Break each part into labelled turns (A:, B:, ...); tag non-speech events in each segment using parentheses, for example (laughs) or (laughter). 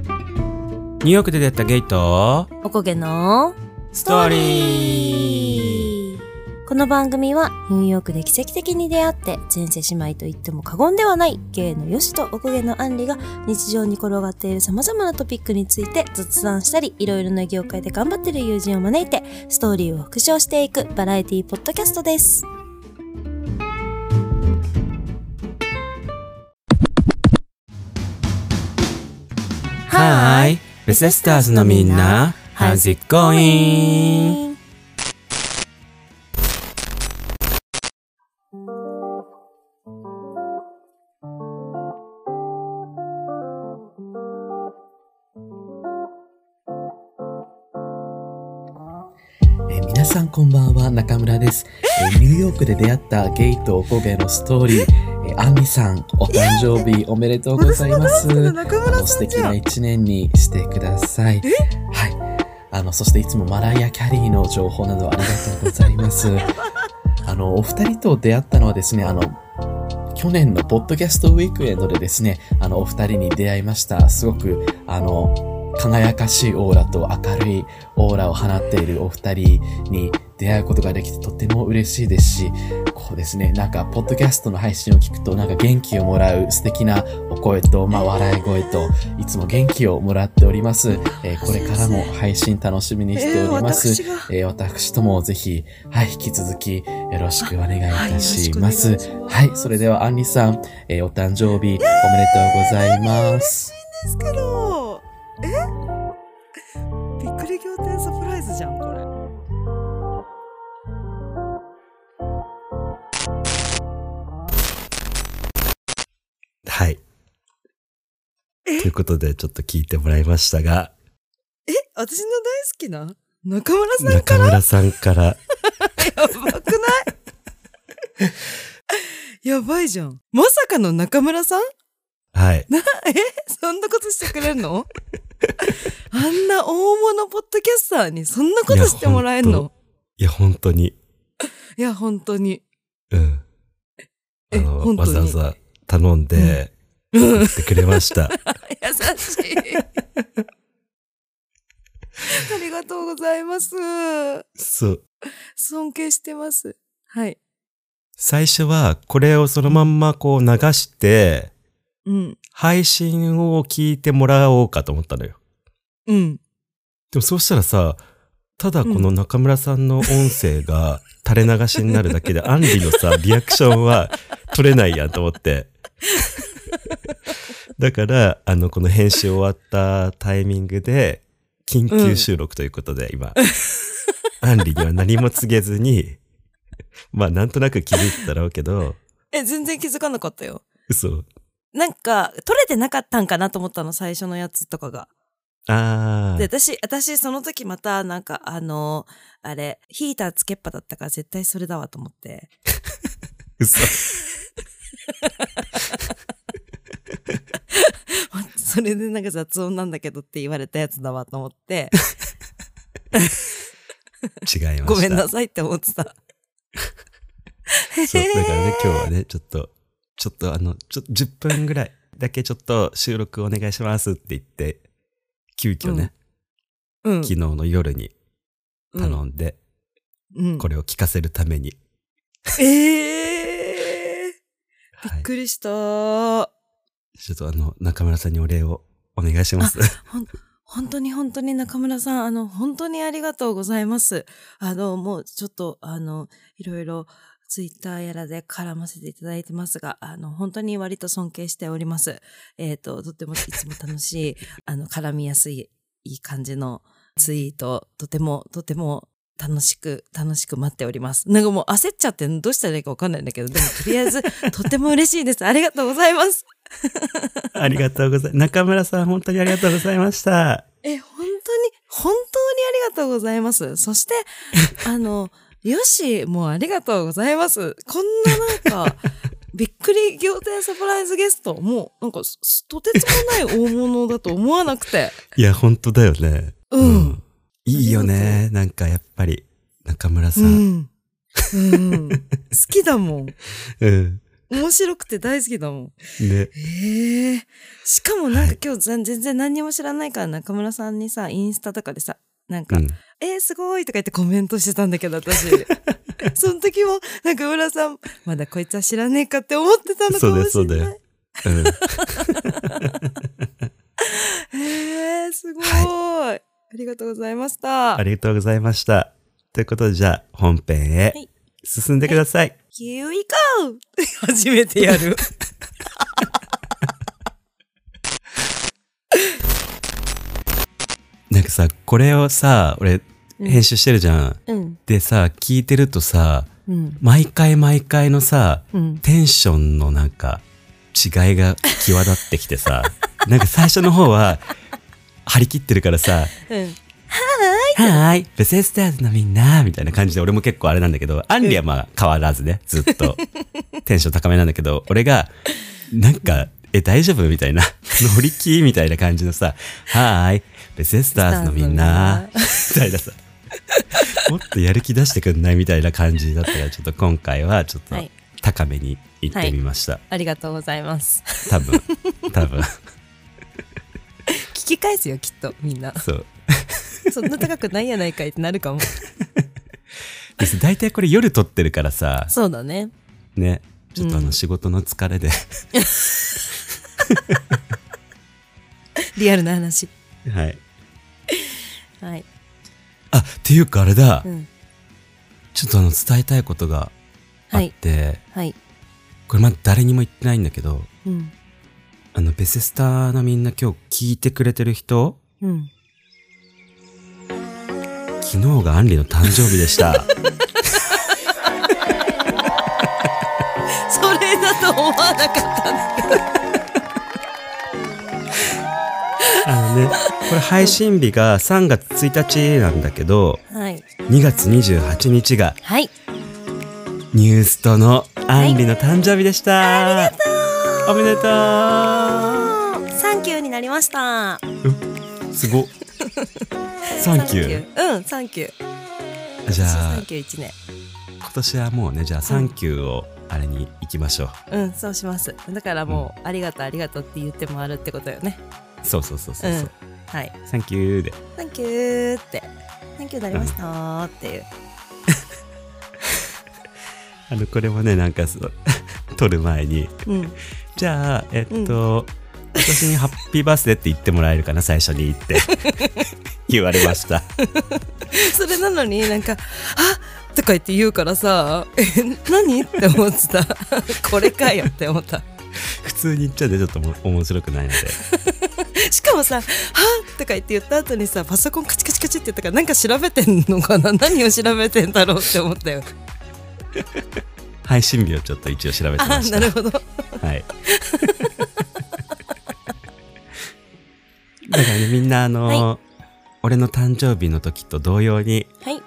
A: ニューヨークで出会ったゲイと
B: おこげの
A: ス
B: ストーリーこの番組はニューヨークで奇跡的に出会って前世姉妹と言っても過言ではない芸のよしとおこげのあんりが日常に転がっている様々なトピックについて雑談したりいろいろな業界で頑張っている友人を招いてストーリーを復唱していくバラエティポッドキャストです。
A: はーいベセスターズのみんな How's it going?
C: えー皆さんこんばんは、中村です、えーニューヨークで出会ったゲイとおこげのストーリー、えーアンリさん、お誕生日おめでとうございます。あの素敵な一年にしてください。はい。あの、そしていつもマライア・キャリーの情報などありがとうございます。あの、お二人と出会ったのはですね、あの、去年のポッドキャストウィークエンドでですね、あの、お二人に出会いました。すごく、あの、輝かしいオーラと明るいオーラを放っているお二人に出会うことができてとても嬉しいですし、こうですね、なんか、ポッドキャストの配信を聞くと、なんか元気をもらう素敵なお声と、まあ、笑い声と、いつも元気をもらっております。えーこれからも配信楽しみにしております。えー私ともぜひ、はい、引き続き、よろしくお願いいたします。はい、それでは、アンリさん、えーお誕生日、おめでとうございます。
D: ですけどえびっくり仰天サプライズじゃんこれ
E: はい。ということで、ちょっと聞いてもらいましたが、
D: え私の大好きな中村さんか
E: 中
D: らや
E: 村さんから、
D: ばくないやばいじゃんまさかの中村さん
E: はい。
D: なえそんなことしてくれんのあんな大物ポッドキャスターにそんなことしてもらえんの
E: いや、本当に、
D: いや本当に
E: うん。あ
D: え
E: の、
D: 本当
E: わ
D: に
E: ざわざ頼んで、送ってくれ
D: (laughs)
E: ました。
D: 優 (laughs) しいありがとうございます
E: そう。
D: 尊敬してます。はい。
E: 最初は、これをそのまんまこう流して、
D: うん。
E: 配信を聞いてもらおうかと思ったのよ。
D: うん。
E: でもそうしたらさ、ただこの中村さんの音
D: (laughs)
E: 声が垂れ流しになるだけで、アンリのさ、リアクションは取れないやんと思って。だから、あの、この編集終わったタイミングで、緊急収録ということで、今、アンリには何も告げずに、まあ、なんとなく気づいてたろうけど、
D: え、全然気づかなかったよ。
E: 嘘。
D: なんか、取れてなかったんかなと思ったの、最初のやつとかが。
E: あ
D: で、
E: ー、
D: 私、私、その時また、なんか、あのあれ、ヒーターつけっぱだったから絶対それだわと思って。 (laughs)
E: 嘘。
D: それでなんか雑音なんだけどって言われたやつだわと思
E: (laughs)
D: って、
E: 違いました。
D: ごめんなさいって思ってた。
E: そう、だからね、今日はね、ちょっと、ちょっとあの、ちょ、10分ぐらいだけちょっと収録お願いしますって言って、急遽ね、
D: (laughs) うん
E: 昨日の夜に頼んで、
D: うん。
E: これを聞かせるために。
D: ええー、び
E: は
D: っ
E: い。
D: くりしたー。
E: ちょっとあの、中村さんにお礼をお願い
D: (laughs)
E: します。
D: 本当に本当に中村さん、あの、本当にありがとうございます。あの、もうちょっと、あの、いろいろ、ツイッターやらで絡ませていただいてますが、あの、本当に割と尊敬しております。えっ、と、とてもいつも楽しい、あの、絡みやすい、いい感じのツイート、とても、とても楽しく、楽しく待っております。なんかもう焦っちゃって、どうしたらいいかわかんないんだけど、でもとりあえず、とても嬉しいです。ありがとうございます。
E: ありがとうございます。中村さん、本当にありがとうございました。
D: え、本当に、本当にありがとうございます。そ (laughs) して、あの、よし、もうありがとうございます。こんな (laughs) なんか、びっくり仰天サプライズゲスト、もう、なんか、すとてつもない大物だと思わなくて。
E: いや、本当だよね。
D: (laughs) うん。
E: いいよね。なんかやっぱり、中村さ。
D: うんん。うん。好きだもん。
E: うん。
D: 面白くて大好きだもん。
E: ね。
D: ええしかもなんか今日全全然何にも知らないから中村さんにさ、インスタとかでさ、なんか、
E: うん。
D: えー、すごいとか言ってコメントしてたんだけど、
E: (laughs)
D: 私。その時も、中村さん、まだこいつは知らねえかって思ってたのか
E: そうだ
D: も
E: よ、
D: しれ
E: そうだ
D: ない。
E: よ。うん。
D: えー、すごい,、ありがとうございました。
E: ありがとうございました。ということで、じゃあ、本編へ
D: い
E: 進んでください。
D: Here we go! 初めてやる。
E: なんかさ、これをさ、俺、
B: うん
E: 編集してるじゃん。
B: うん。
E: でさ、聞いてるとさ、
B: うん。
E: 毎回毎回のさ、
B: うん。
E: テンションのなんか、違いが際立ってきて (laughs) さ、なんか最初の方は、張り切ってるからさ、
B: うん。
E: はーい、ベセスターズのみんな、みたいな感じで、俺も結構あれなんだけど、アンリはまあ変わらずね、ずっと。テンション高めなんだけど、俺が、なんか、え、大丈夫みたいな、乗り気みたいな感じのさ、はーい、ベセスターズのみんな、みたいなさ、もっとやる気出してくんないみたいな感じだったから、ちょっと今回はちょっと
B: はい
E: 高めに行ってみました。
B: ありがとうございます。
E: 多分、多分、
B: 聞き返すよ、きっと、みんな。
E: そう。
B: そんな高くないやないかいってなるかも。
E: で大体これ夜撮ってるからさ、
B: そうだね。
E: ねちょっとあの仕事の疲れで、
B: リアルな話。
E: はい
B: はい。
E: あっていうかあれだ、
B: うん。
E: ちょっとあの伝えたいことがあ
B: は
E: っ
B: い。
E: て、
B: はい。
E: これまだ誰にも言ってないんだけど
B: うん。
E: あのベセスターのみんな今日聞いてくれてる人
B: うん。
E: 昨日がアンリの誕生日でした
B: (laughs) それだと思わなかったね。
E: あのねこれ配信日が3月1日なんだけど
B: はい。
E: 2月28日が
B: はい。
E: ニュースとのアンリの誕生日でした、おめでとう
B: サンキューになりました。
E: す
B: (laughs)
E: ごっサンキュー
B: ー。うん、サンキュー。
E: じゃあ
B: サンキュー1年。
E: 今年はもうねじゃあ「サンキュー」をあれに行きましょう、
B: うん、そうします。だからもう、ありがとう、ありがとうって言って回るってことよね。
E: そうそうそうそうそう、
B: はい。
E: サンキューで
B: サンキューって。サンキューになりましたーっていう。
E: あのこれもねなんかそう (laughs) 撮る前に
B: うん。
E: じゃあえっと、私に「ハッピーバースデー」って言ってもらえるかな最初に言って (laughs) 言われました
D: それなのになんか、あとか言って言うからさ、え、何って思ってた。 (laughs) これかよって思った。
E: 普通に言っちゃうねちょっとも面白くないので
D: しかもさ、はとか言って言った後にさ、パソコンカチカチカチって言ったから、なんか調べてんのかな何を調べてんだろうって思ったよ。 (laughs)
E: 配信日をちょっと一応調べて
D: あ
E: ま、した
D: なるほど。
E: はい。 (laughs) だからね、みんなあの俺の誕生日の時と同様に、
B: はい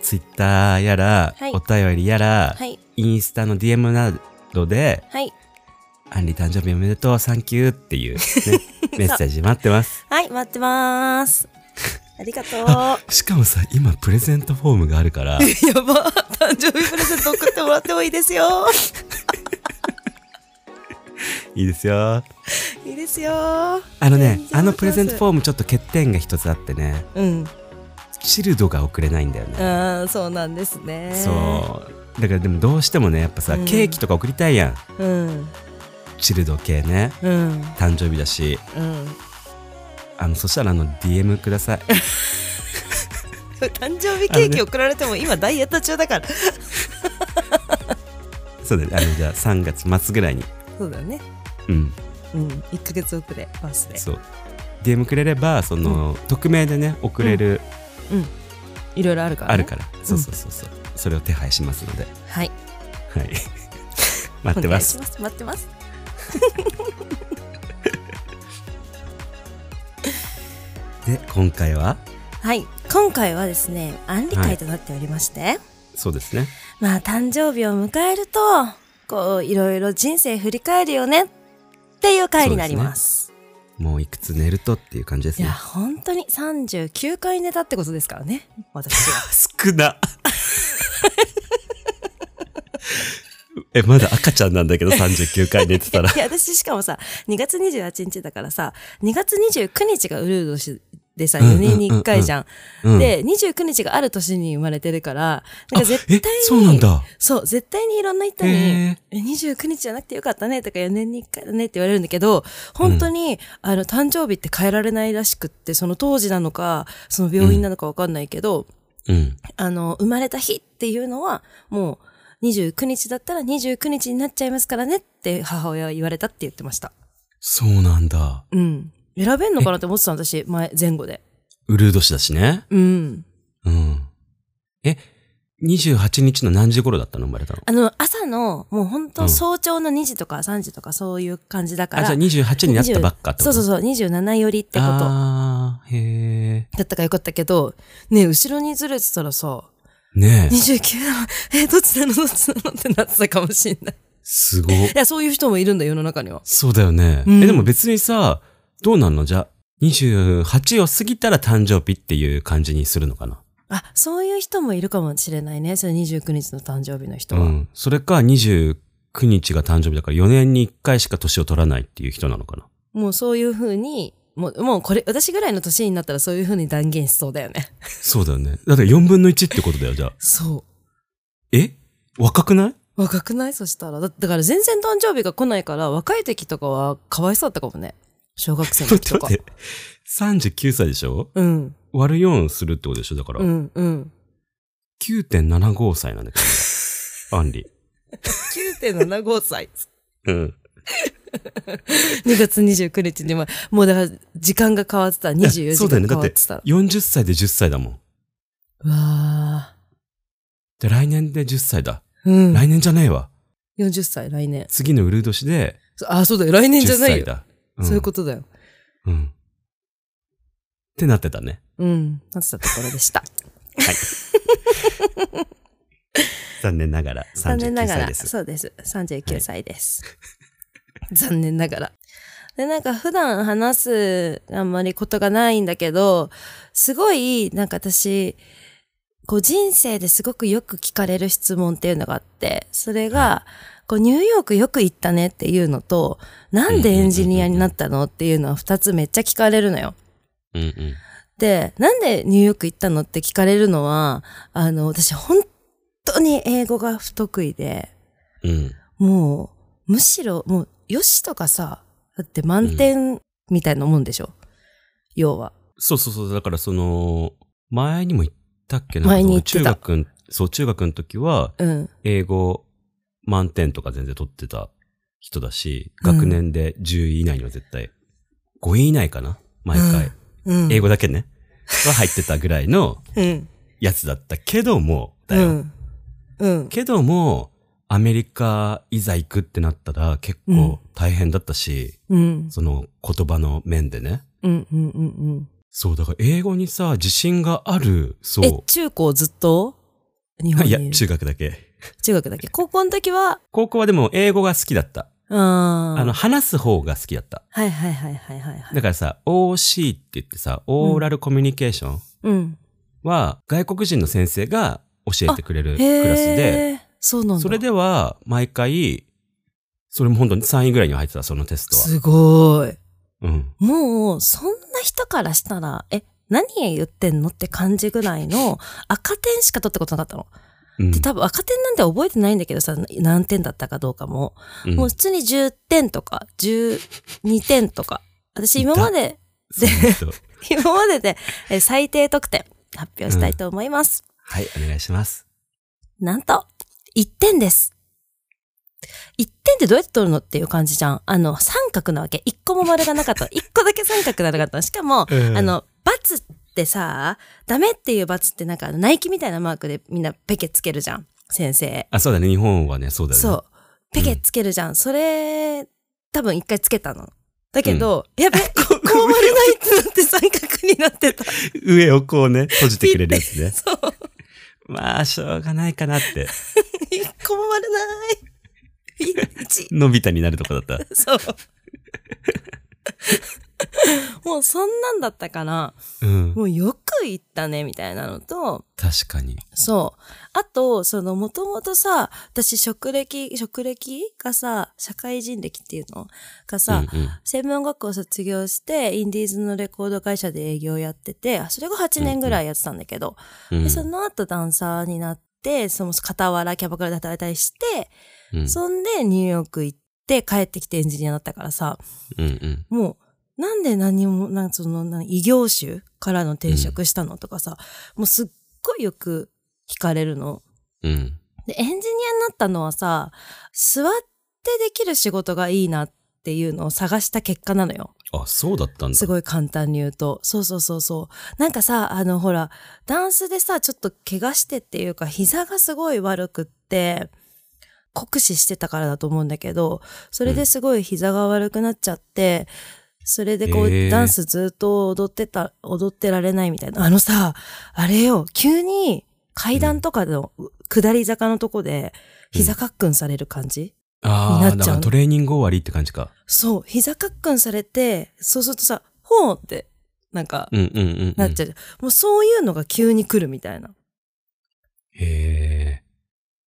E: ツイッターやら、
B: はい
E: お便りやら、
B: はい。
E: インスタの DM などで、
B: はい。
E: アンリ誕生日おめでとう、サンキューって (laughs) いう、ね、メッセージ待ってます。
B: はい、待ってまー (laughs) す。ありがとう。
E: しかもさ、今プレゼントフォームがある (laughs) から、
D: やば。誕生日プレゼント送ってもらってもいいですよ。 (laughs)
E: いいですよ。
D: いいですよ。
E: あのね、
D: 全然
E: あのプレゼントフォームちょっと欠点が一つあってね、
D: うん。
E: チルドが送れないんだよね。
D: ああ、そうなんですね。
E: そうだからでもどうしてもねやっぱさ、
D: うん
E: ケーキとか送りたいやん
D: う。うん。
E: チルド系ね
D: うん。
E: 誕生日だし
D: うん。
E: あのそしたらあの DM ください (laughs)
D: 誕生日ケーキ送られても今ダイエット中だから。
E: そうだねあのじゃあ3月末ぐらいに
D: そうだよね。
E: うん
D: うん。1ヶ月遅れ、バースデー。
E: そう DM くれればその、匿名でね送れる、
D: いろいろあるから、ね。
E: あるから、そうそうそうそうそれを手配しますので
D: はい。
E: はい (laughs) 待ってます
D: お願いします。待ってます。。
E: で今回は
B: はい。今回はですね、安理会となっておりまして、
E: そうですね
B: まあ、誕生日を迎えると、こう、いろいろ人生振り返るよねっていう回になります。
E: もういくつ寝るとっていう感じです
B: いや、
E: ね
B: 本当に39回寝たってことですからね、私は。
E: 少なえ (laughs) え、まだ赤ちゃんなんだけど39回寝てたら
D: いや、私しかもさ、2月28日だからさ、2月29日がウルー年でさ、4年に1回じゃん。
E: うん、
D: で、29日がある年に生まれてるから、なんか絶対
E: え
D: に、、
E: (laughs) そうなんだ。
D: そう、絶対にいろんな人に、
E: へ
D: え29日じゃなくてよかったねとか4年に1回だねって言われるんだけど、本当に、あの、誕生日って変えられないらしくって、その当時なのか、その病院なのかわかんないけど、
E: うん。
D: あの、生まれた日っていうのは、もう、29日だったら29日になっちゃいますからねって母親は言われたって言ってました。
E: そうなんだ。
D: うん。選べんのかなって思ってたの私、前、前後で。
E: うるう年だしね。
D: うん。
E: うん。え、28日の何時頃だったの生まれたの
D: あの、朝の、もう本
E: う
D: 当
E: ん
D: 早朝の2時とか3時とかそういう感じだか
E: あ、
D: ら。
E: じゃあ28になったばっかって
D: そ
E: こと
D: うそう
E: う。
D: そう、27寄りってこと。だ
E: あー、へ
D: ったからよかったけど、ねえ後ろにずれてたらさ、
E: ー。ねえ、
D: 29なの、え、どっちなのどっちなのってなってたかもしんない。
E: すご。
D: いや、そういう人もいるんだよ、世の中には。
E: そうだよね。
D: うん
E: え、でも別にさ、どうなんのじゃあ、28を過ぎたら誕生日っていう感じにするのかな
D: あ、そういう人もいるかもしれないね。その29日の誕生日の人
E: う
D: は。
E: ん。それか29日が誕生日だから4年に1回しか年を取らないっていう人なのかな
D: もうそういう風に、もう、もうこれ、私ぐらいの年になったらそういう風に断言しそうだよね。
E: そうだよね。だって4分の1ってことだよ、じゃあ。
D: そ。
E: え若くないう
D: 若くないそしたら。だだから全然誕生日が来ないから、若い時とかはかわいそうだったかもね。小学生の
E: 待っ
D: 時
E: て
D: とか
E: (laughs) 待。って。39歳でしょ
D: うん、
E: 割る4するってことでしょだから、
D: うん、
E: (laughs)
D: うん。
E: 9.75歳なんだけど、 (laughs) アンリ。
D: 9.75歳。
E: うん。
D: 2月29日にも、もうだから時間が変わってた。
E: いや
D: 24
E: そ
D: 時
E: うだよ
D: 間
E: ね。
D: 変わ
E: だっ、
D: っててた。う
E: 40歳で10歳だもん。
D: わ
E: で、来年で10歳だ。
D: ー。うん。
E: 来年じゃねえわ。
D: 40歳、来年。
E: 次のウルー年で
D: あ、そうだよ。来
E: 10
D: 年じゃない
E: 歳
D: よ。
E: だ。
D: そういう
E: と。
D: ことだよ。
E: うん。ってなってたね。
D: うん。なってたところで
E: (laughs)
D: した。
E: 残念ながら
D: 残念な
E: 39
D: が
E: 歳
D: ら、
E: です。
D: そうです。39歳です。残念ながら。で、なんか普段話すあんまりことがないんだけど、すごい、なんか私、こう人生ですごくよく聞かれる質問っていうのがあって、それが、こうニューヨークよく行ったねっていうのと、なんでエンジニアになったのっていうのは二つめっちゃ聞かれるのよ。
E: うんうん。
D: で、なんでニューヨーク行ったのって聞かれるのは、あの、私本当に英語が不得意で、
E: うん。
D: もう、むしろ、もう、よしとかさ、だって満点みたいなもんでしょ、要は。
E: そうそうそう。だからその、前にも言ったっけな。
D: 前に言ってた
E: 中学ん、そう、中学の時は、
D: うん。
E: 英語満点とか全然取ってた人だし、
D: うん
E: 学年で10位以内には絶対、5位以内かな毎回。
D: うん。
E: 英語だけね。は入ってたぐらいの
D: うん。
E: やつだったけども、だ
D: う
E: よ。
D: ん。うん。
E: けども、アメリカいざ行くってなったら結構大変だったし、
D: うん。
E: その言葉の面でね。
D: うん。うん。うん。
E: そう、だから英語にさ、自信がある、そ
D: え、
E: う。
D: 中高ずっと日本に
E: い
D: いる
E: や、中学だけ。
D: 中学だっけ高校の時は、
E: 高校はでも英語が好きだった。
D: あー
E: あの、話す方が好きだった。
D: はいはいはいはいはいはい。
E: だからさ、OC って言ってさ、オーラルコミュニケーション
D: うん。
E: は外国人の先生が教えてくれるクラスで、
D: へー。そうなんだ。
E: それでは毎回、それも本当に3位ぐらいには入ってた、そのテストは。
D: すごい。
E: うん。
D: もう、そんな人からしたら、え、何言ってんのって感じぐらいの赤点しか取ったことなかったの。
E: うん
D: で、多分赤点なんて覚えてないんだけどさ、何点だったかどうかも。
E: うん
D: もう普通に10点とか、12点とか。私今まで、 (laughs)
E: その人
D: 今まででえー最低得点発表したいと思います。
E: はい、お願いします。
D: なんと、1点です。1点ってどうやって取るのっていう感じじゃん。あの、三角なわけ。1個も丸がなかった。1個だけ三角なかったの。しかも、あ、の、罰ってさ、ダメっていう罰ってなんかあのナイキみたいなマークでみんなペケつけるじゃん。先生。
E: あ、そうだね、日本はね、そうだよね。
D: そう。ペケつけるじゃん。それ、多分一回つけたの。だけど、やべ、 (laughs) こう丸ないってなって三角になってた。
E: 上をこうね、閉じてくれるやつね。
D: そう。
E: (laughs) まあ、しょうがないかなって。 (laughs)
D: 一個も丸ない。一。
E: のび太になるとこだった。
D: そう。もうそんなんだったから、
E: うん。
D: もうよく行ったね、みたいなのと、
E: 確かに。
D: そう。あと、その、もともとさ、私、職歴、職歴がさ、社会人歴っていうのがさ、
E: うんうん
D: 専門学校を卒業して、インディーズのレコード会社で営業やってて、あそれが8年ぐらいやってたんだけど、
E: うん
D: でその後ダンサーになって、その傍らキャバクラで働いたりして、
E: うん
D: そんでニューヨーク行って帰ってきてエンジニアになったからさ、
E: うんうん
D: もう、なんで何も、なんかその、なん異業種からの転職したのとかさ、もうすっごいよく惹かれるの。
E: うん
D: で、エンジニアになったのはさ、座ってできる仕事がいいなっていうのを探した結果なのよ。
E: あ、そうだったんだ。
D: す
E: い。
D: ごい簡単に言うと。そうそうそうそう。なんかさ、あの、ほら、ダンスでさ、ちょっと怪我してっていうか、膝がすごい悪くって、酷使してたからだと思うんだけど、それですごい膝が悪くなっちゃって、それでこう、
E: へー
D: ダンスずっと踊ってた、踊ってられないみたいな。あのさ、あれよ、急に階段とかの下り坂のとこで、膝かっくんされる感じ、
E: あ
D: になっちゃ
E: あ、
D: う
E: だからトレーニング終わりって感じか。
D: そう、膝かっくんされて、そうするとさ、ほーって、なんか、
E: うんうんうんうん。
D: なっちゃう。もうそういうのが急に来るみたいな。
E: へ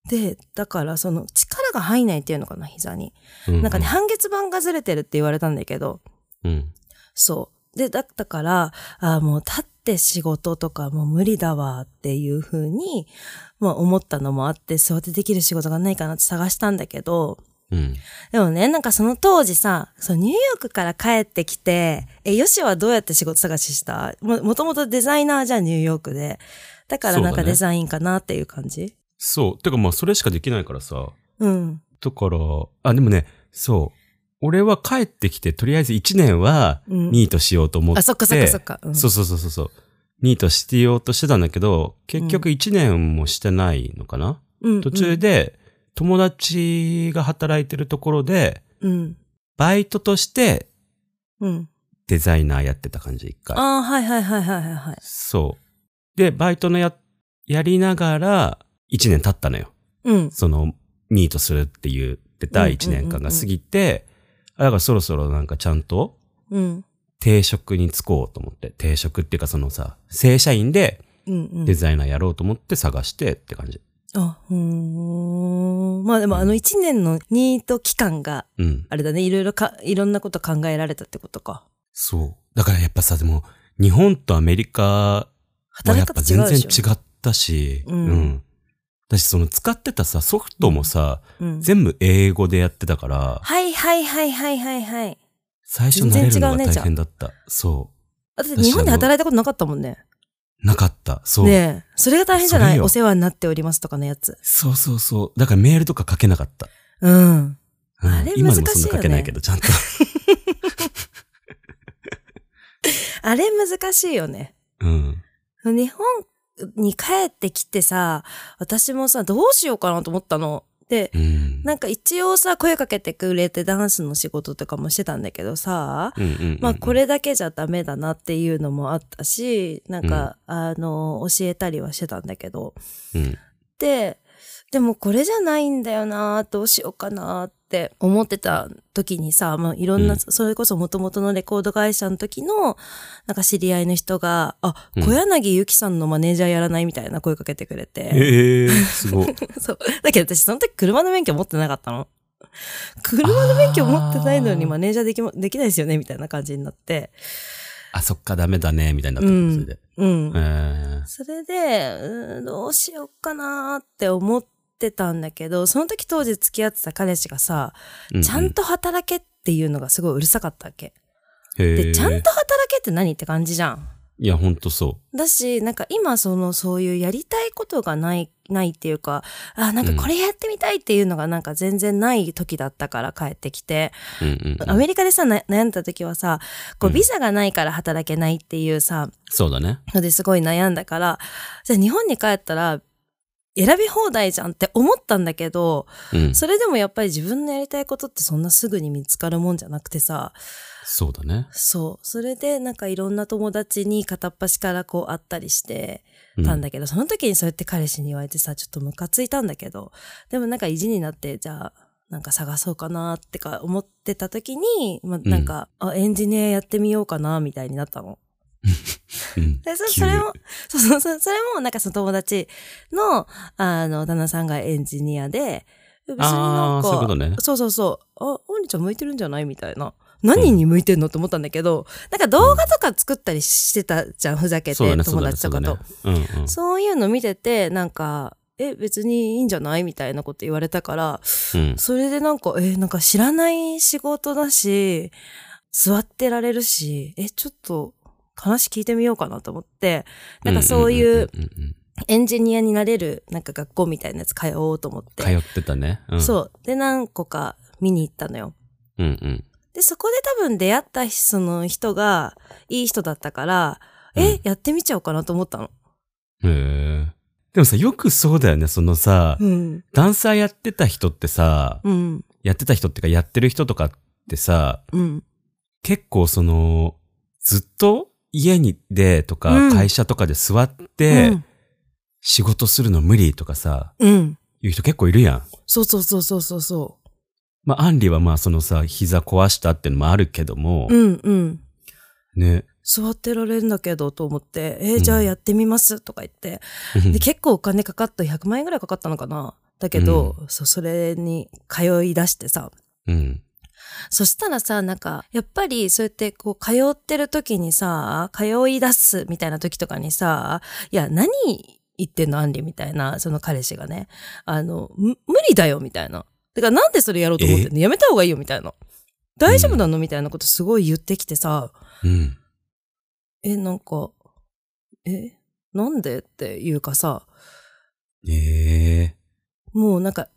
D: で、だからその力が入んないっていうのかな、膝に。
E: え。
D: なんかね、半月板がずれてるって言われたんだけど、
E: うん。
D: そう。で、だったから、あーもう立って仕事とかもう無理だわっていうふうに、まあ思ったのもあって、座ってできる仕事がないかなって探したんだけど、
E: うん。
D: でもね、なんかその当時さ、そうニューヨークから帰ってきて、え、ヨシはどうやって仕事探ししたも、もともとデザイナーじゃん、ニューヨークで。だからなんか
E: そうだね
D: デザインかなっていう感じ
E: そう。てかまあ、それしかできないからさ。
D: うん。
E: だから、あ、でもね、そう。俺は帰ってきて、とりあえず1年は、
D: うん
E: ニートしようと思って。
D: あ、そっかそっかそっか。うん
E: そうそうそうそうそう。ニートしてようとしてたんだけど、結局1年もしてないのかな、
D: うんうん
E: 途中で、友達が働いてるところで、
D: うん。
E: バイトとして
D: うん。
E: デザイナーやってた感じ、一回。
D: ああ、はいはいはいはいはいはい。
E: そう。で、バイトのや、やりながら、1年経ったのよ。
D: うん。
E: その、ニートするって言ってた1年間が過ぎて、あだからそろそろなんかちゃんと
D: うん。
E: 定職に就こうと思って、定職っていうかそのさ、正社員で
D: うん。うん
E: デ。ザイナーやろうと思って探してって感じ。
D: あ、うーん。まあでもあの一年のニート期間が、
E: うん。
D: あれだね、いろいろか、いろんなこと考えられたってことか。
E: そう。だからやっぱさ、でも、日本とアメリカはや
D: 働
E: っ
D: き
E: ぱ
D: 方違
E: 全
D: うで
E: 然
D: しょ。
E: 違ったし、
D: うん
E: だしその使ってたさ、ソフトもさ、
D: うん。
E: 全部英語でやってたから、
D: はいはいはいはいはいはい。
E: 最初慣れるのが大変だった。そ
D: だって日本で働いたことなかったもんね。
E: う。なかった。そう。
D: ねえ。それが大変じゃな
E: それ
D: い
E: よ
D: お世話になっておりますとかのやつ。
E: そうそうそう。だからメールとか書けなかった。
D: うん。
E: うん
D: あれ
E: 今でも
D: 難しい
E: そ
D: よね
E: んな書けないけど、ちゃんと。 (laughs)
D: あれ難しいよね。
E: うん。
D: 日本に帰ってきてさ、私もさ、どうしようかなと思ったの。で、
E: うん。
D: なんか一応さ、声かけてくれてダンスの仕事とかもしてたんだけどさ、
E: うんうんうんうん
D: まあこ。れだけじゃダメだなっていうのもあったし、なんか、あの、教えたりはしてたんだけど。
E: うん。
D: で、でもこれじゃないんだよなどうしようかなって思ってた時にさ、まあ、いろんな、
E: うん
D: それこそ元々のレコード会社の時の、なんか知り合いの人が、あ、
E: うん
D: 小柳ゆきさんのマネージャーやらないみたいな声かけてくれて。
E: ええすごい。
D: そう。だけど私その時車の免許持ってなかったの。車の免許持ってないのに
E: あー
D: マネージャーできも、できないですよねみたいな感じになって。
E: あ、そっか、ダメだね、みたいになったのそれで。
D: うん。
E: え
D: それで、うーんどうしようかなーって思ってたんだけど、その時当時付き合ってた彼氏がさ、
E: え
D: ちゃん、と働けっていうのがすごいうるさかったわけ。
E: で
D: で、ちゃんと働けって何って感じじゃん。
E: いや、ほんとそ
D: だし、なんか今その、そういうやりたいことがない、ないっていうか、あ、なんかこれやってみたいっていうのがなんか全然ない時だったから帰ってきて、
E: う。うんうんうん。
D: アメリカでさ、な悩んだ時はさ、こう
E: うん
D: ビザがないから働けないっていうさ、
E: そうだね。
D: のですごい悩んだから、じゃあ日本に帰ったら、選び放題じゃんって思ったんだけど、
E: うん。
D: それでもやっぱり自分のやりたいことってそんなすぐに見つかるもんじゃなくてさ、
E: そうだね。
D: そう。それでなんかいろんな友達に片っ端からこう会ったりして
E: うん
D: たんだけど、その時にそうやって彼氏に言われてさ、ちょっとムカついたんだけど、でもなんか意地になって、じゃあ、なんか探そうかなってか思ってた時に、まあ、なんか、あ、エンジニアやってみようかな、みたいになったの。
E: うん
D: (laughs) で、そ
E: 急
D: それも、そうそうそう、それもなんかその友達の、あの、旦那さんがエンジニアで、別にな
E: あ
D: ん
E: あ、
D: か、
E: そういうことね。
D: そうそうそう。あ、お兄ちゃん向いてるんじゃないみたいな。何に向いてんのって思ったんだけど、なんか動画とか作ったりしてたじゃん、ふざけ
E: そう
D: て、
E: だね、そう
D: 友
E: だね、
D: 達
E: そ
D: と
E: うだ
D: か
E: ね
D: と。。
E: うんうん。
D: そういうの見てて、なんか、え、別にいいんじゃないみたいなこと言われたから、
E: うん
D: それでなんか、え、なんか知らない仕事だし、座ってられるし、え、ちょっと話聞いてみようかなと思って、なんかそういう
E: うんうんうんうん
D: エンジニアになれる、なんか学校みたいなやつ通おうと思って。
E: 通ってたね。うん、う。
D: そう。で、何個か見に行ったのよ。
E: うんうん。
D: で、そこで多分出会った人その人が、いい人だったから、
E: うん
D: え、やってみちゃおうかなと思ったの。
E: へえ。でもさ、よくそうだよね、そのさ、
D: うん。
E: ダンサーやってた人ってさ、
D: うん。
E: やってた人ってか、やってる人とかってさ、
D: うん。
E: 結構その、ずっと家にでとか、
D: うん
E: 会社とかで座って、仕事するの無理とかさ、
D: うん。うん。
E: いう人結構いるやん。
D: そうそうそうそうそうそ
E: まあ、アンリはまあ、そのさ、膝壊したってのもあるけども、
D: う。うんうん。
E: ね。
D: 座ってられるんだけどと思って、え
E: う
D: ー
E: ん
D: じゃあやってみますとか言って。で、結構お金かかった、100万円ぐらいかかったのかな。だけど、そうそれに通い出してさ。
E: うん。
D: そしたらさ、なんか、やっぱりそうやってこう、通ってる時にさ、通い出すみたいな時とかにさ、いや、何言ってんの、アンリみたいな、その彼氏がね。あの、む無理だよ、みたいな。だからなんでそれやろうと思ってんのやめた方がいいよ、みたいな。大丈夫なのみたいなことすごい言ってきてさ、
E: うん。
D: え、なんか、え、なんでっていうかさ、
E: ええ
D: もうなんか、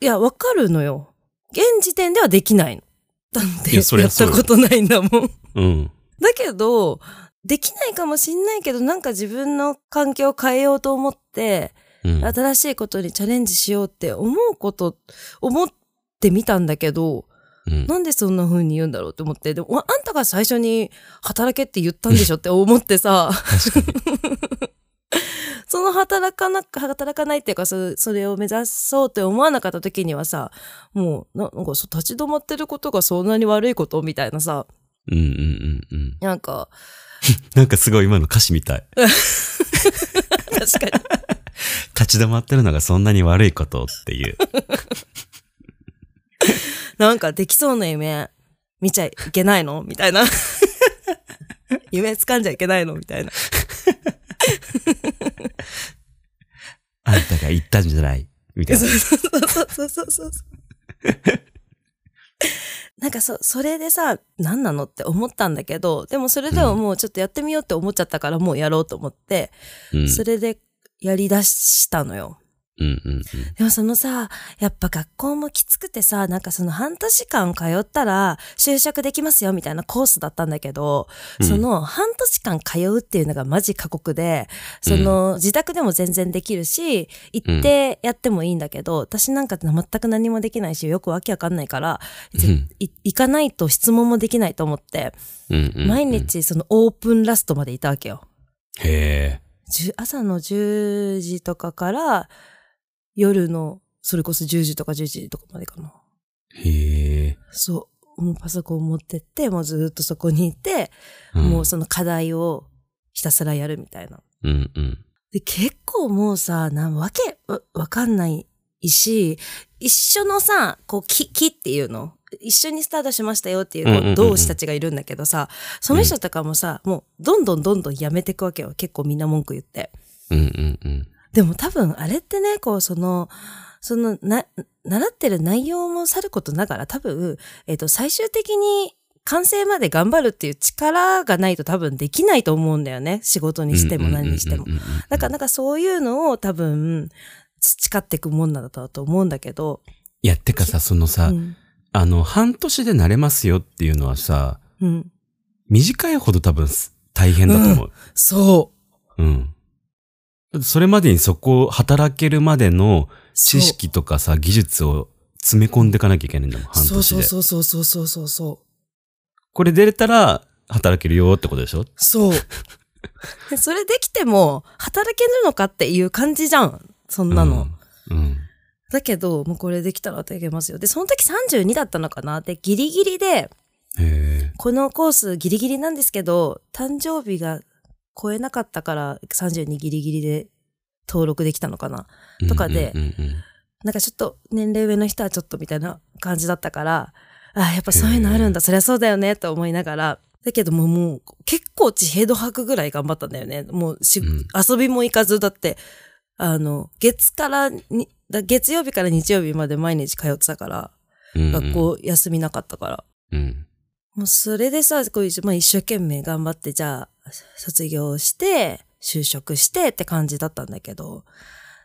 D: いや、わかるのよ。現時点ではできないの。だって、
E: い
D: や
E: やそりゃ
D: っ
E: そう
D: た
E: よ
D: ことないんだもん。
E: うん。
D: だけど、できないかもしんないけど、なんか自分の環境を変えようと思って、
E: うん。
D: 新しいことにチャレンジしようって思うこと、思ってみたんだけど、
E: うん
D: なんでそんな風に言うんだろうって思って、でも、ああんたが最初に働けって言ったんでし
E: (laughs)
D: ょって思ってさ、
E: 確かに。
D: (laughs) その働かな、働かないっていうか、そそれを目指そうって思わなかった時にはさ、もう、ななんかそう立ち止まってることがそんなに悪いことみたいなさ、
E: うんうんうんうん。
D: なんか、
E: なんかすごい今の歌詞みたい。
D: 確かに。
E: 立ち止まってるのがそんなに悪いことっていう。
D: なんかできそうな夢見ちゃいけないのみたいな。 (laughs) 夢掴んじゃいけないのみたいな。 (laughs)
E: あんたが言ったんじゃないみたいな
D: そう。そうそうそうそうそう。なんかそ、それでさ、何なのって思ったんだけど、でもそれでももうちょっとやってみようって思っちゃったからもうやろうと思って、
E: うん
D: それでやり出したのよ。
E: うんうん
D: でもそのさ、やっぱ学校もきつくてさ、なんかその半年間通ったら就職できますよみたいなコースだったんだけど、
E: うん
D: その半年間通うっていうのがマジ過酷で、その自宅でも全然できるし、行ってやってもいいんだけど、私なんか全く何もできないし、よくわけわかんないから、ぜ
E: うん
D: い行かないと質問もできないと思って、
E: うんうん。
D: 毎。日そのオープンラストまでいたわけよ。
E: へえ。
D: じゅ朝の10時とかから夜のそれこそ10時とか10時とかまでかな。
E: へえ。
D: そう。もうパソコン持ってって、もうずっとそこにいて、
E: ん
D: もうその課題をひたすらやるみたいな。
E: うんうん。
D: で、結構もうさ、なんわけわわかんないし、一緒のさ、こう、木、木っていうの一緒にスタートしましたよっていう
E: うんうんうんう
D: こ
E: ん
D: う同志たちがいるんだけどさ、その人とかもさ、もうどんどんどんどんやめていくわけよ。結構みんな文句言って。
E: うんうんうん。
D: でも多分あれってね、こうその、そのな、習ってる内容もさることながら多分、えっ、と最終的に完成まで頑張るっていう力がないと多分できないと思うんだよね。仕事にしても何にしても
E: うん。うんうんうんうん。
D: だからなんかそういうのを多分培っていくもんなんだと思うんだけど。
E: いや、てかさ、そのさ、
D: うん。
E: あの、半年で慣れますよっていうのはさ、
D: うん。
E: 短いほど多分す大変だと思う。
D: そう。
E: うん。だってそれまでにそこ、働けるまでの知識とかさ、技術を詰め込んでいかなきゃいけないんだもん、半年で。
B: そうそうそうそうそうそうそうそう。
E: これ出れたら、働けるよってことでしょ
B: そう。
D: (laughs) でそれできても働けるのかっていう感じじゃん。そんなの。
E: うん。うん。
D: だけど、もうこれできたら私いけますよ。で、その時32だったのかなで、ギリギリで、
E: へ
D: このコースギリギリなんですけど、誕生日が超えなかったから32ギリギリで登録できたのかな
E: え
D: とかで
E: うんうんうんうん
D: なんかちょっと年齢上の人はちょっとみたいな感じだったから、ああ、やっぱそういうのあるんだ、そりゃそうだよね、と思いながら。だけどもうもう結構地平度吐くぐらい頑張ったんだよね。もうし、
E: うん
D: 遊びも行かず、だって、あの、月からに、だ月曜日から日曜日まで毎日通ってたから、
E: うんうん
D: 学校休みなかったから。
E: うん
D: もうそれでさ、こういう、まあ一生懸命頑張って、じゃあ、卒業して、就職してって感じだったんだけど、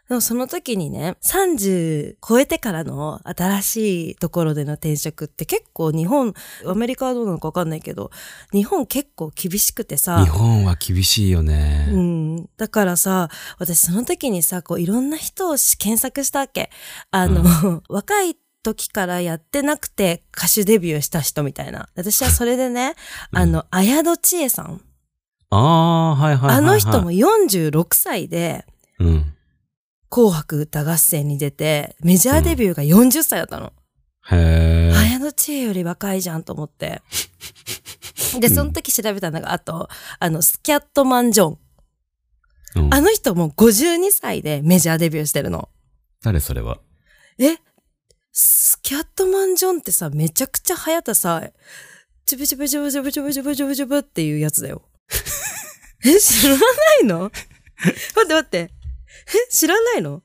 D: でもその時にね、30超えてからの新しいところでの転職って結構日本、アメリカはどうなのかわかんないけど、日本結構厳しくてさ、
E: 日本は厳しいよね。
D: うん。だからさ、私その時にさ、こういろんな人をし検索したわけ。あの、若い時からやってなくて歌手デビューした人みたいな。私はそれでね、あの、綾戸千恵さん。
E: ああー、はいはいはい、はい。
D: あの人も、46歳で、
E: うん。
D: 紅白歌合戦に出て、メジャーデビューが40歳だったの。
E: へえ。
D: 綾戸知恵より若いじゃんと思って。で、その時調べたのが、あと、あの、スキャットマン・ジョン。
E: うん
D: あの人も52歳でメジャーデビューしてるの。
E: 誰それは。
D: えスキャットマン・ジョンってさ、めちゃくちゃ流行ったさ、チュブチュブチュブチュブチュブチュブチュブチュブっていうやつだよ。え知らないの待って待って。え知らないの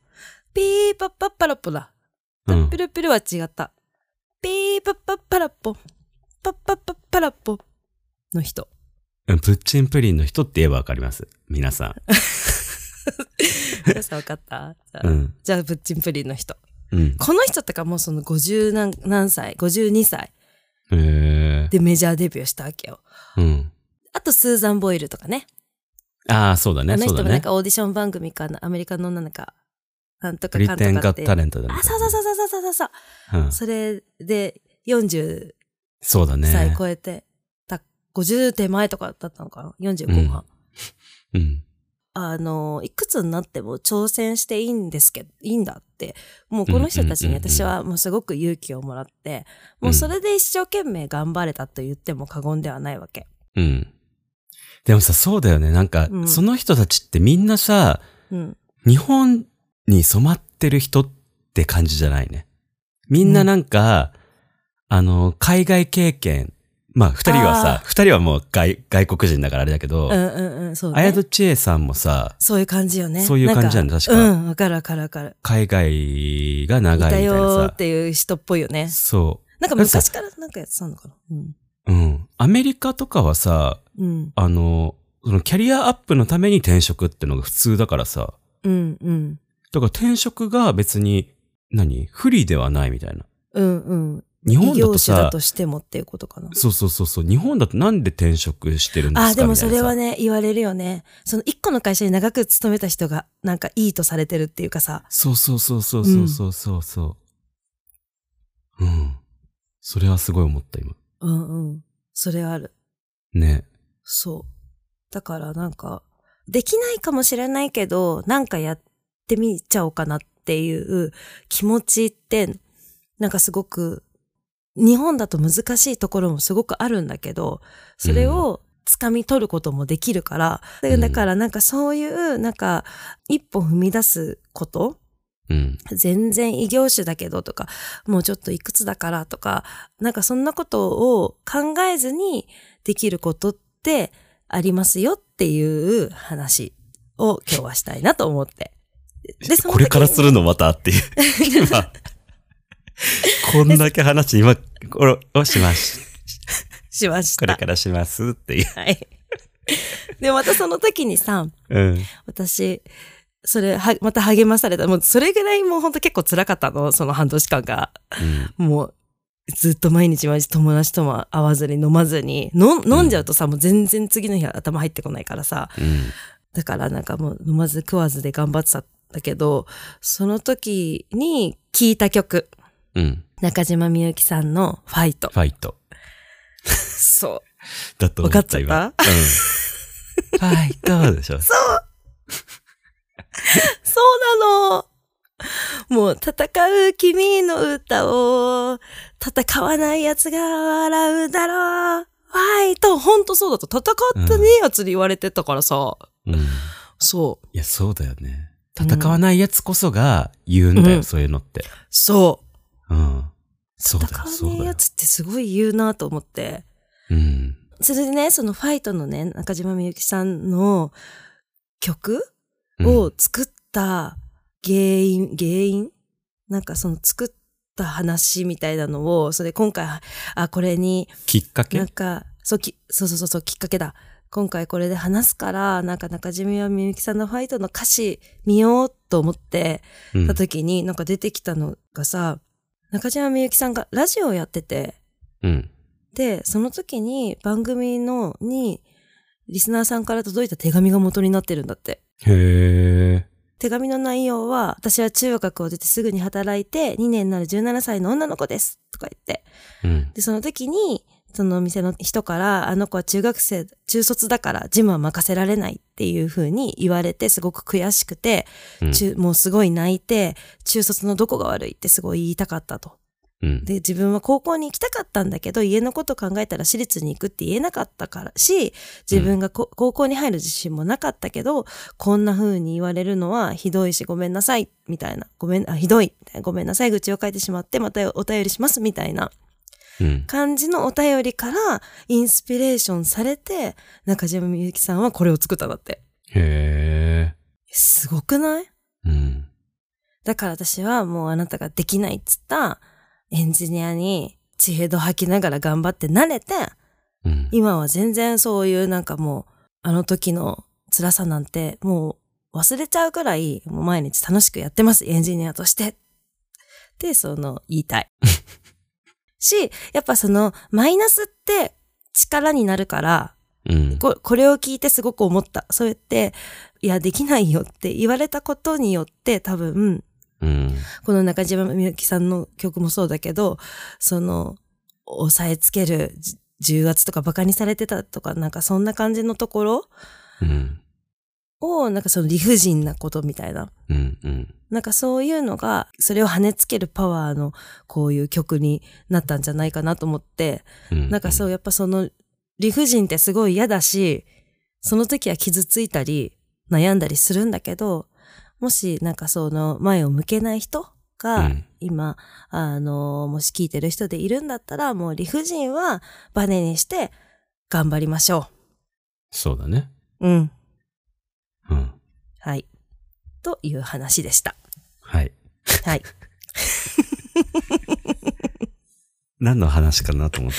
D: ピーパッパッパラッポだ。
E: うん
D: ピ。ルピルは違った。ピーパッパッパラッポ。パッパッパッパラッポ。の人。
E: うんプッチンプリンの人って言えばわかります。皆さ
D: 皆さん分かったじゃ
E: ん。
D: あ
E: うん。
D: じゃあ、ブッチンプリンの人。
E: うん。
D: この人とかもうその50何何歳 ?52 歳
E: へえ。
D: でメジャーデビューしたわけよ。
E: うん。
D: あとスーザン・ボイルとかね。
E: ああ、そうだね、
D: あの
E: そ
D: 人
E: うだ
D: もな
E: ね
D: ん。かオーディション番組かな、アメリカのなんか、なんとか
E: ブ
D: かんと
E: リテン
D: か
E: ガ
D: っ
E: ッ
D: て。
E: タレントだね。
D: あ、そうそうそうそうそうそうそう。
E: うん
D: それで40
E: そうだ
D: 歳
E: ね。
D: 超えてた、50手前とかだったのかな ?40 後半。
E: うん。
D: あの、いくつになっても挑戦していいんですけど、いいんだって、もうこの人たち
E: うん
D: に
E: うんうんうん
D: 私はもうすごく勇気をもらって、もうそれで一生懸命頑張れたと言っても過言ではないわけ。
E: うん。でもさ、そうだよね。なんか、
D: うん
E: その人たちってみんなさ、
D: うん。
E: 日本に染まってる人って感じじゃないね。みんななんか、あの、海外経験。まあ、二人はさ、二人はもう外外国人だからあれだけ
D: う
E: ど、
D: んうんうん、そう
E: 綾
D: ね。
E: 戸千恵さんもさ、
D: そういう感じよね。
E: そういう感じなんだ
D: か
E: 確か
D: うん、わかるわかるわかる。
E: 海外が長
D: い
E: いみ
D: た
E: たいな
D: よー
E: さ
D: っ。ていう人っぽいよね。
E: そ
D: なんか
E: なんか
D: 昔からなんかやってたのかな。うん。
E: う。うん。アメリカとかはさ、
D: うん。
E: あの、そのキャリアアップのために転職ってのが普通だからさ。
D: うんうん。
E: だから転職が別に、何不利ではないみたいな。
D: うんうん。
E: 日本
D: 異
E: だ
D: 業
E: と
D: 種だ
E: さ
D: と、してもっていうことかな。
E: そうそうそうそう、日本だとなんで転職してるんですか
D: あ、でもそれは
E: ね。
D: ね、言われるよね。その一個の会社に長く勤めた人が、なんかいいとされてるっていうかさ。
E: そうそうそうそうそうそうそうそう。うん。それはすごい思った今。
D: うんうん。それある。
E: ね。
D: そう。だからなんか、できないかもしれないけど、なんかやってみちゃおうかなっていう気持ちって、なんかすごく、日本だと難しいところもすごくあるんだけど、それを掴み取ることもできるから、
E: うん
D: だからなんかそういう、なんか、一歩踏み出すこと、
E: うん。
D: 全然異業種だけどとか、もうちょっといくつだからとか、なんかそんなことを考えずにできることってありますよっていう話を今日はしたいなと思って。で、その
E: これからす
D: る
E: るのま
D: (laughs)
E: たっていう。今。こんだけ話、今、これをします。
D: しまし
E: これ
D: た。
E: からしますっていう。
D: はい。で、またその時にさ、
E: うん。
D: 私、それ、は、また励まされた。もうそれぐらいもうほんと結構辛かったの、その半年間が。もう、ずっと毎日毎日友達とも会わずに飲まずに、の飲んじゃうとさ、もう全然次の日は頭入ってこないからさ、
E: うん。
D: だからなんかもう飲まず食わずで頑張ってたんだけど、その時に聴いた曲、
E: うん。
D: 中島みゆきさんのファイト。
E: ファイト。
D: そ
E: だと思った
D: 分
E: 今。
D: かっ
E: うん。ファイトでしょ。
D: う。そうなのもう戦う君の歌を、戦わない奴が笑うだろう。わいと、ほんとそうだった。戦ってねえ奴に言われてたからさ。
E: うん。い
D: そう。
E: や、そうだよね。戦わないやつこそが言うんだよ、
D: うん
E: そういうのって。
D: そう。
E: うん。そうだよ、
D: 戦
E: そ
D: わ
E: う
D: ねえ
E: だよ。
D: 奴ってすごい言うなと思って。
E: うん。
D: それでね、そのファイトのね、中島みゆきさんの曲
E: うん
D: を作った原因、原因なんかその作った話みたいなのを、それ今回、あ、これに、
E: きっかけ
D: なんか、そうき、そうそうそうそう、きっかけだ。今回これで話すから、なんか中島みゆきさんのファイトの歌詞見ようと思って
E: うん
D: た時に、なんか出てきたのがさ、中島みゆきさんがラジオをやってて、
E: うん。
D: で、その時に番組の、に、リスナーさんから届いた手紙が元になってるんだって。
E: へえ。
D: 手紙の内容は、私は中学を出てすぐに働いて、2年になる17歳の女の子です。とか言って。
E: うん。
D: で、その時に、そのお店の人から、あの子は中学生、中卒だから、ジムは任せられないっていう風に言われて、すごく悔しくて、
E: うん
D: 中、もうすごい泣いて、中卒のどこが悪いってすごい言いたかったと。
E: うん。
D: で、自分は高校に行きたかったんだけど、家のこと考えたら私立に行くって言えなかったからし、自分がこ高校に入る自信もなかったけど、こんな風に言われるのはひどいし、ごめんなさい、みたいな。ごめん、あ、ひどい、みたいなごめんなさい、愚痴を書いてしまって、またお便りします、みたいな
E: うん。
D: 感じのお便りから、インスピレーションされて、中島みゆきさんはこれを作ったんだって。
E: へ
D: すごくない
E: え。うん。
D: だから私はもうあなたができないっつったエンジニアに地平度吐きながら頑張って慣れて、
E: うん。
D: 今は全然そういうなんかもう、あの時の辛さなんてもう忘れちゃうくらい、もう毎日楽しくやってます、エンジニアとして。で、その、言いたい。し、やっぱその、マイナスって力になるから、
E: うん。
D: ここれを聞いてすごく思った。そうやって、いや、できないよって言われたことによって、多分、
E: うん。
D: この中島みゆきさんの曲もそうだけど、その、押さえつけるじ重圧とか馬鹿にされてたとか、なんかそんな感じのところ
E: うん。
D: を、なんかその理不尽なことみたいな。
E: うん。うん。
D: なんかそういうのが、それを跳ねつけるパワーの、こういう曲になったんじゃないかなと思って、
E: うん。
D: なんかそうう、やっぱその、理不尽ってすごい嫌だし、その時は傷ついたり、悩んだりするんだけど、もしなんかその、前を向けない人が
E: うん、
D: 今、あの、もし聞いてる人でいるんだったら、もう理不尽はバネにして、頑張りましょ
E: そうだね。
D: う。うん。
E: うん。
D: はい。という話でした。
E: はい。
D: はい。
E: (laughs) 何の話かなと思っ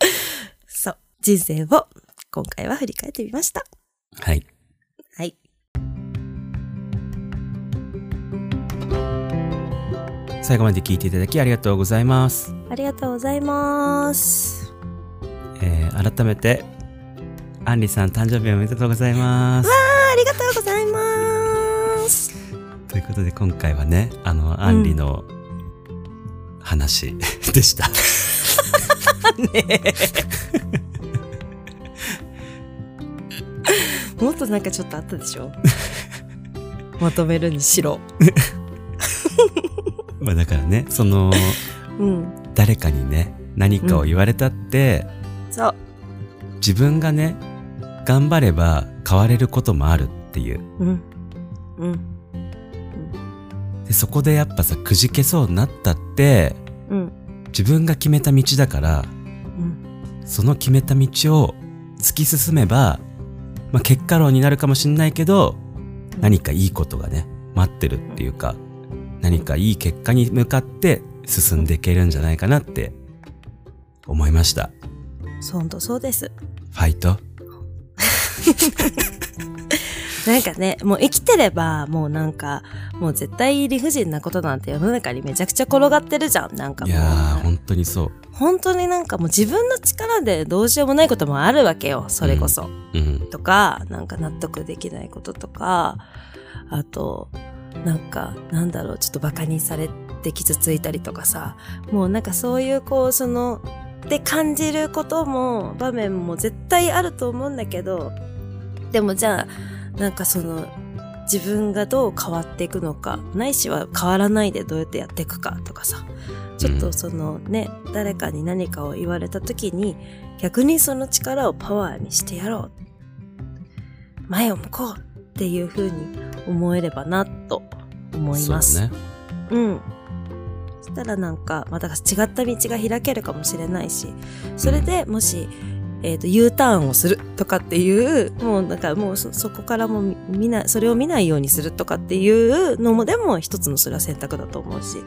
E: て。
D: そう。人生を、今回は振り返ってみました。
E: はい。
D: はい。
E: 最後まで聞いていただきありがとうございます。
D: ありがとうございます。
E: えー、改めて、アンリさん誕生日おめでとうございます。
D: ありがとうございます。
E: ということで今回はね、あの、アンリの話でし
D: (laughs)
E: た。
D: (laughs) もっとなんかちょっとあったでし (laughs) ょまとめるにしろ。
E: まあだからね、その、
D: うん。
E: 誰かにね、何かを言われたって、
D: そう。
E: 自分がね、頑張れば変われることもあるっていう。
D: うん。うん。
E: でそこでやっぱさ、くじけそうになったって、
D: うん。
E: 自分が決めた道だから、
D: うん。
E: その決めた道を突き進めば、まあ、結果論になるかもしんないけど、何かいいことがね、待ってるっていうか、何かいい結果に向かって進んでいけるんじゃないかなって思いました。
D: そうほんとそうです。
E: ファイト。
D: なんかね、もう生きてれば、もうなんか、もう絶対理不尽なことなんて世の中にめちゃくちゃ転がってるじゃん。なんか
E: い
D: もう。
E: やー、本当にそう。
D: 本当になんかもう自分の力でどうしようもないこともあるわけよ。それこそ。
E: うん。
D: とか、なんか納得できないこととか、あと、なんか、なんだろう、ちょっと馬鹿にされて傷ついたりとかさ、もうなんかそういうこう、その、で感じることも、場面も絶対あると思うんだけど、でもじゃあ、なんかその、
B: 自分がどう変わっていくのかないしは変わらないでどうやってやっていくかとかさちょっとそのね、誰かに何かを言われた時に逆にその力をパワーにしてやろう前を向こうっていうふうに思えればなと思います。
E: そうね。
B: うん。そしたらなんか、また違った道が開けるかもしれないし、それでもし、えっ、と、U ターンをするとかっていう、もうなんかもうそ、そこからもう見ない、それを見ないようにするとかっていうのも、でも一つのそれは選択だと思うし、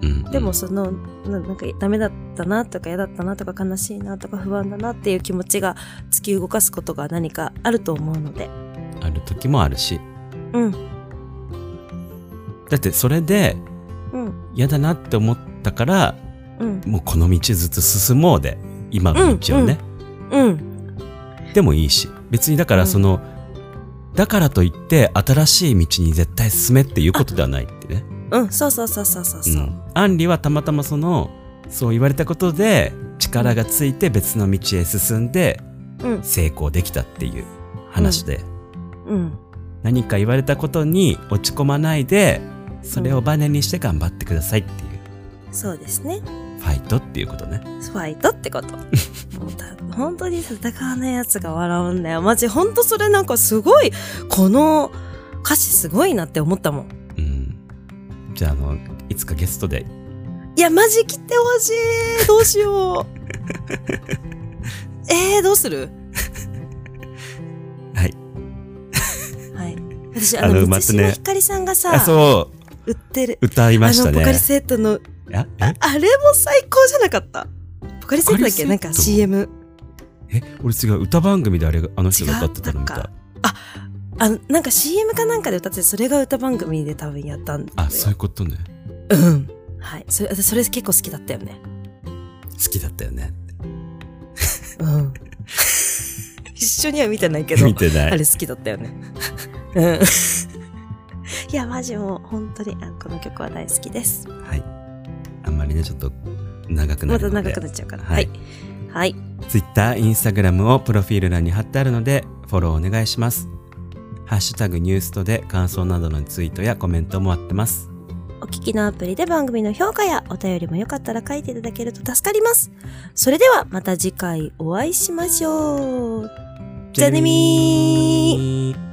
E: うん
B: でもその、ななんかダメだったなとか嫌だったなとか悲しいなとか不安だなっていう気持ちが突き動かすことが何かあると思うので、
E: ある時もあるし。
B: うん、
E: だってそれで
B: うん、
E: 嫌だなって思ったから、
B: うん、
E: もうこの道ずつ進もうで、今の道をね。
B: うん、
E: でもいいし。別にだからその、だからといって新しい道に絶対進めっていうことではないってね。
B: うん、そうそうそうそうそうそう。
E: ん、アンリはたまたまそのそう言われたことで力がついて別の道へ進んで
B: うん
E: 成功できたっていう話で、
B: うん
E: 何か言われたことに落ち込まないでそれをバネにして頑張ってくださいっていう
B: そうですね。
E: ファイトっていうことね
B: ファイトってこと。もうた本当に戦わない奴が笑うんだよ。マジ、本当それなんかすごい、この歌詞すごいなって思ったもん。
E: うんじゃああのいつかゲストで
B: いや、マジ来てほしいどうしよう
E: (laughs)
B: えー、どうする
E: はい
B: はい。私、
E: あ
B: あ
E: の
B: の、
E: ま
B: 満
E: たね
B: 島ひかりさんがさ、
E: あそ
B: 売ってる
E: う。歌いました
B: あの、ポカ
E: ね
B: リセットの、
E: あ
B: ああれも最高じゃなかった。ポカリセットだっけ
E: ポカ
B: な
E: リ
B: ん
E: セット
B: か CM。
E: ええ俺違う歌番組であれがあの人が歌ってた
B: 違
E: の見
B: った
E: た
B: かあの、なんか CM かなんかで歌ってて、それが歌番組で多分やったんだよ。
E: あそういうことね
B: うん。はい。それ、私それ結構好きだったよね。
E: 好きだったよね (laughs)
B: うん。一緒には見てないけど
E: 見、てな
B: あれ
E: い
B: 好きだったよね。うん。 (laughs) いや、マジもう本当にあこの曲は大好きです。
E: はい。あんまりね、ちょっと長くな
B: ま
E: る
B: た
E: の
B: 長
E: で
B: く、なっちゃうから。
E: は
B: はいい。はい。
E: Twitter、Instagram をプロフィール欄に貼ってあるので、フォローお願いします。ハッシュタグニュースとで感想などのツイートやコメントも待ってます。
D: お聞きのアプリで番組の評価やお便りもよかったら書いていただけると助かります。それではまた次回お会いしましょう。じゃあねみー
E: ー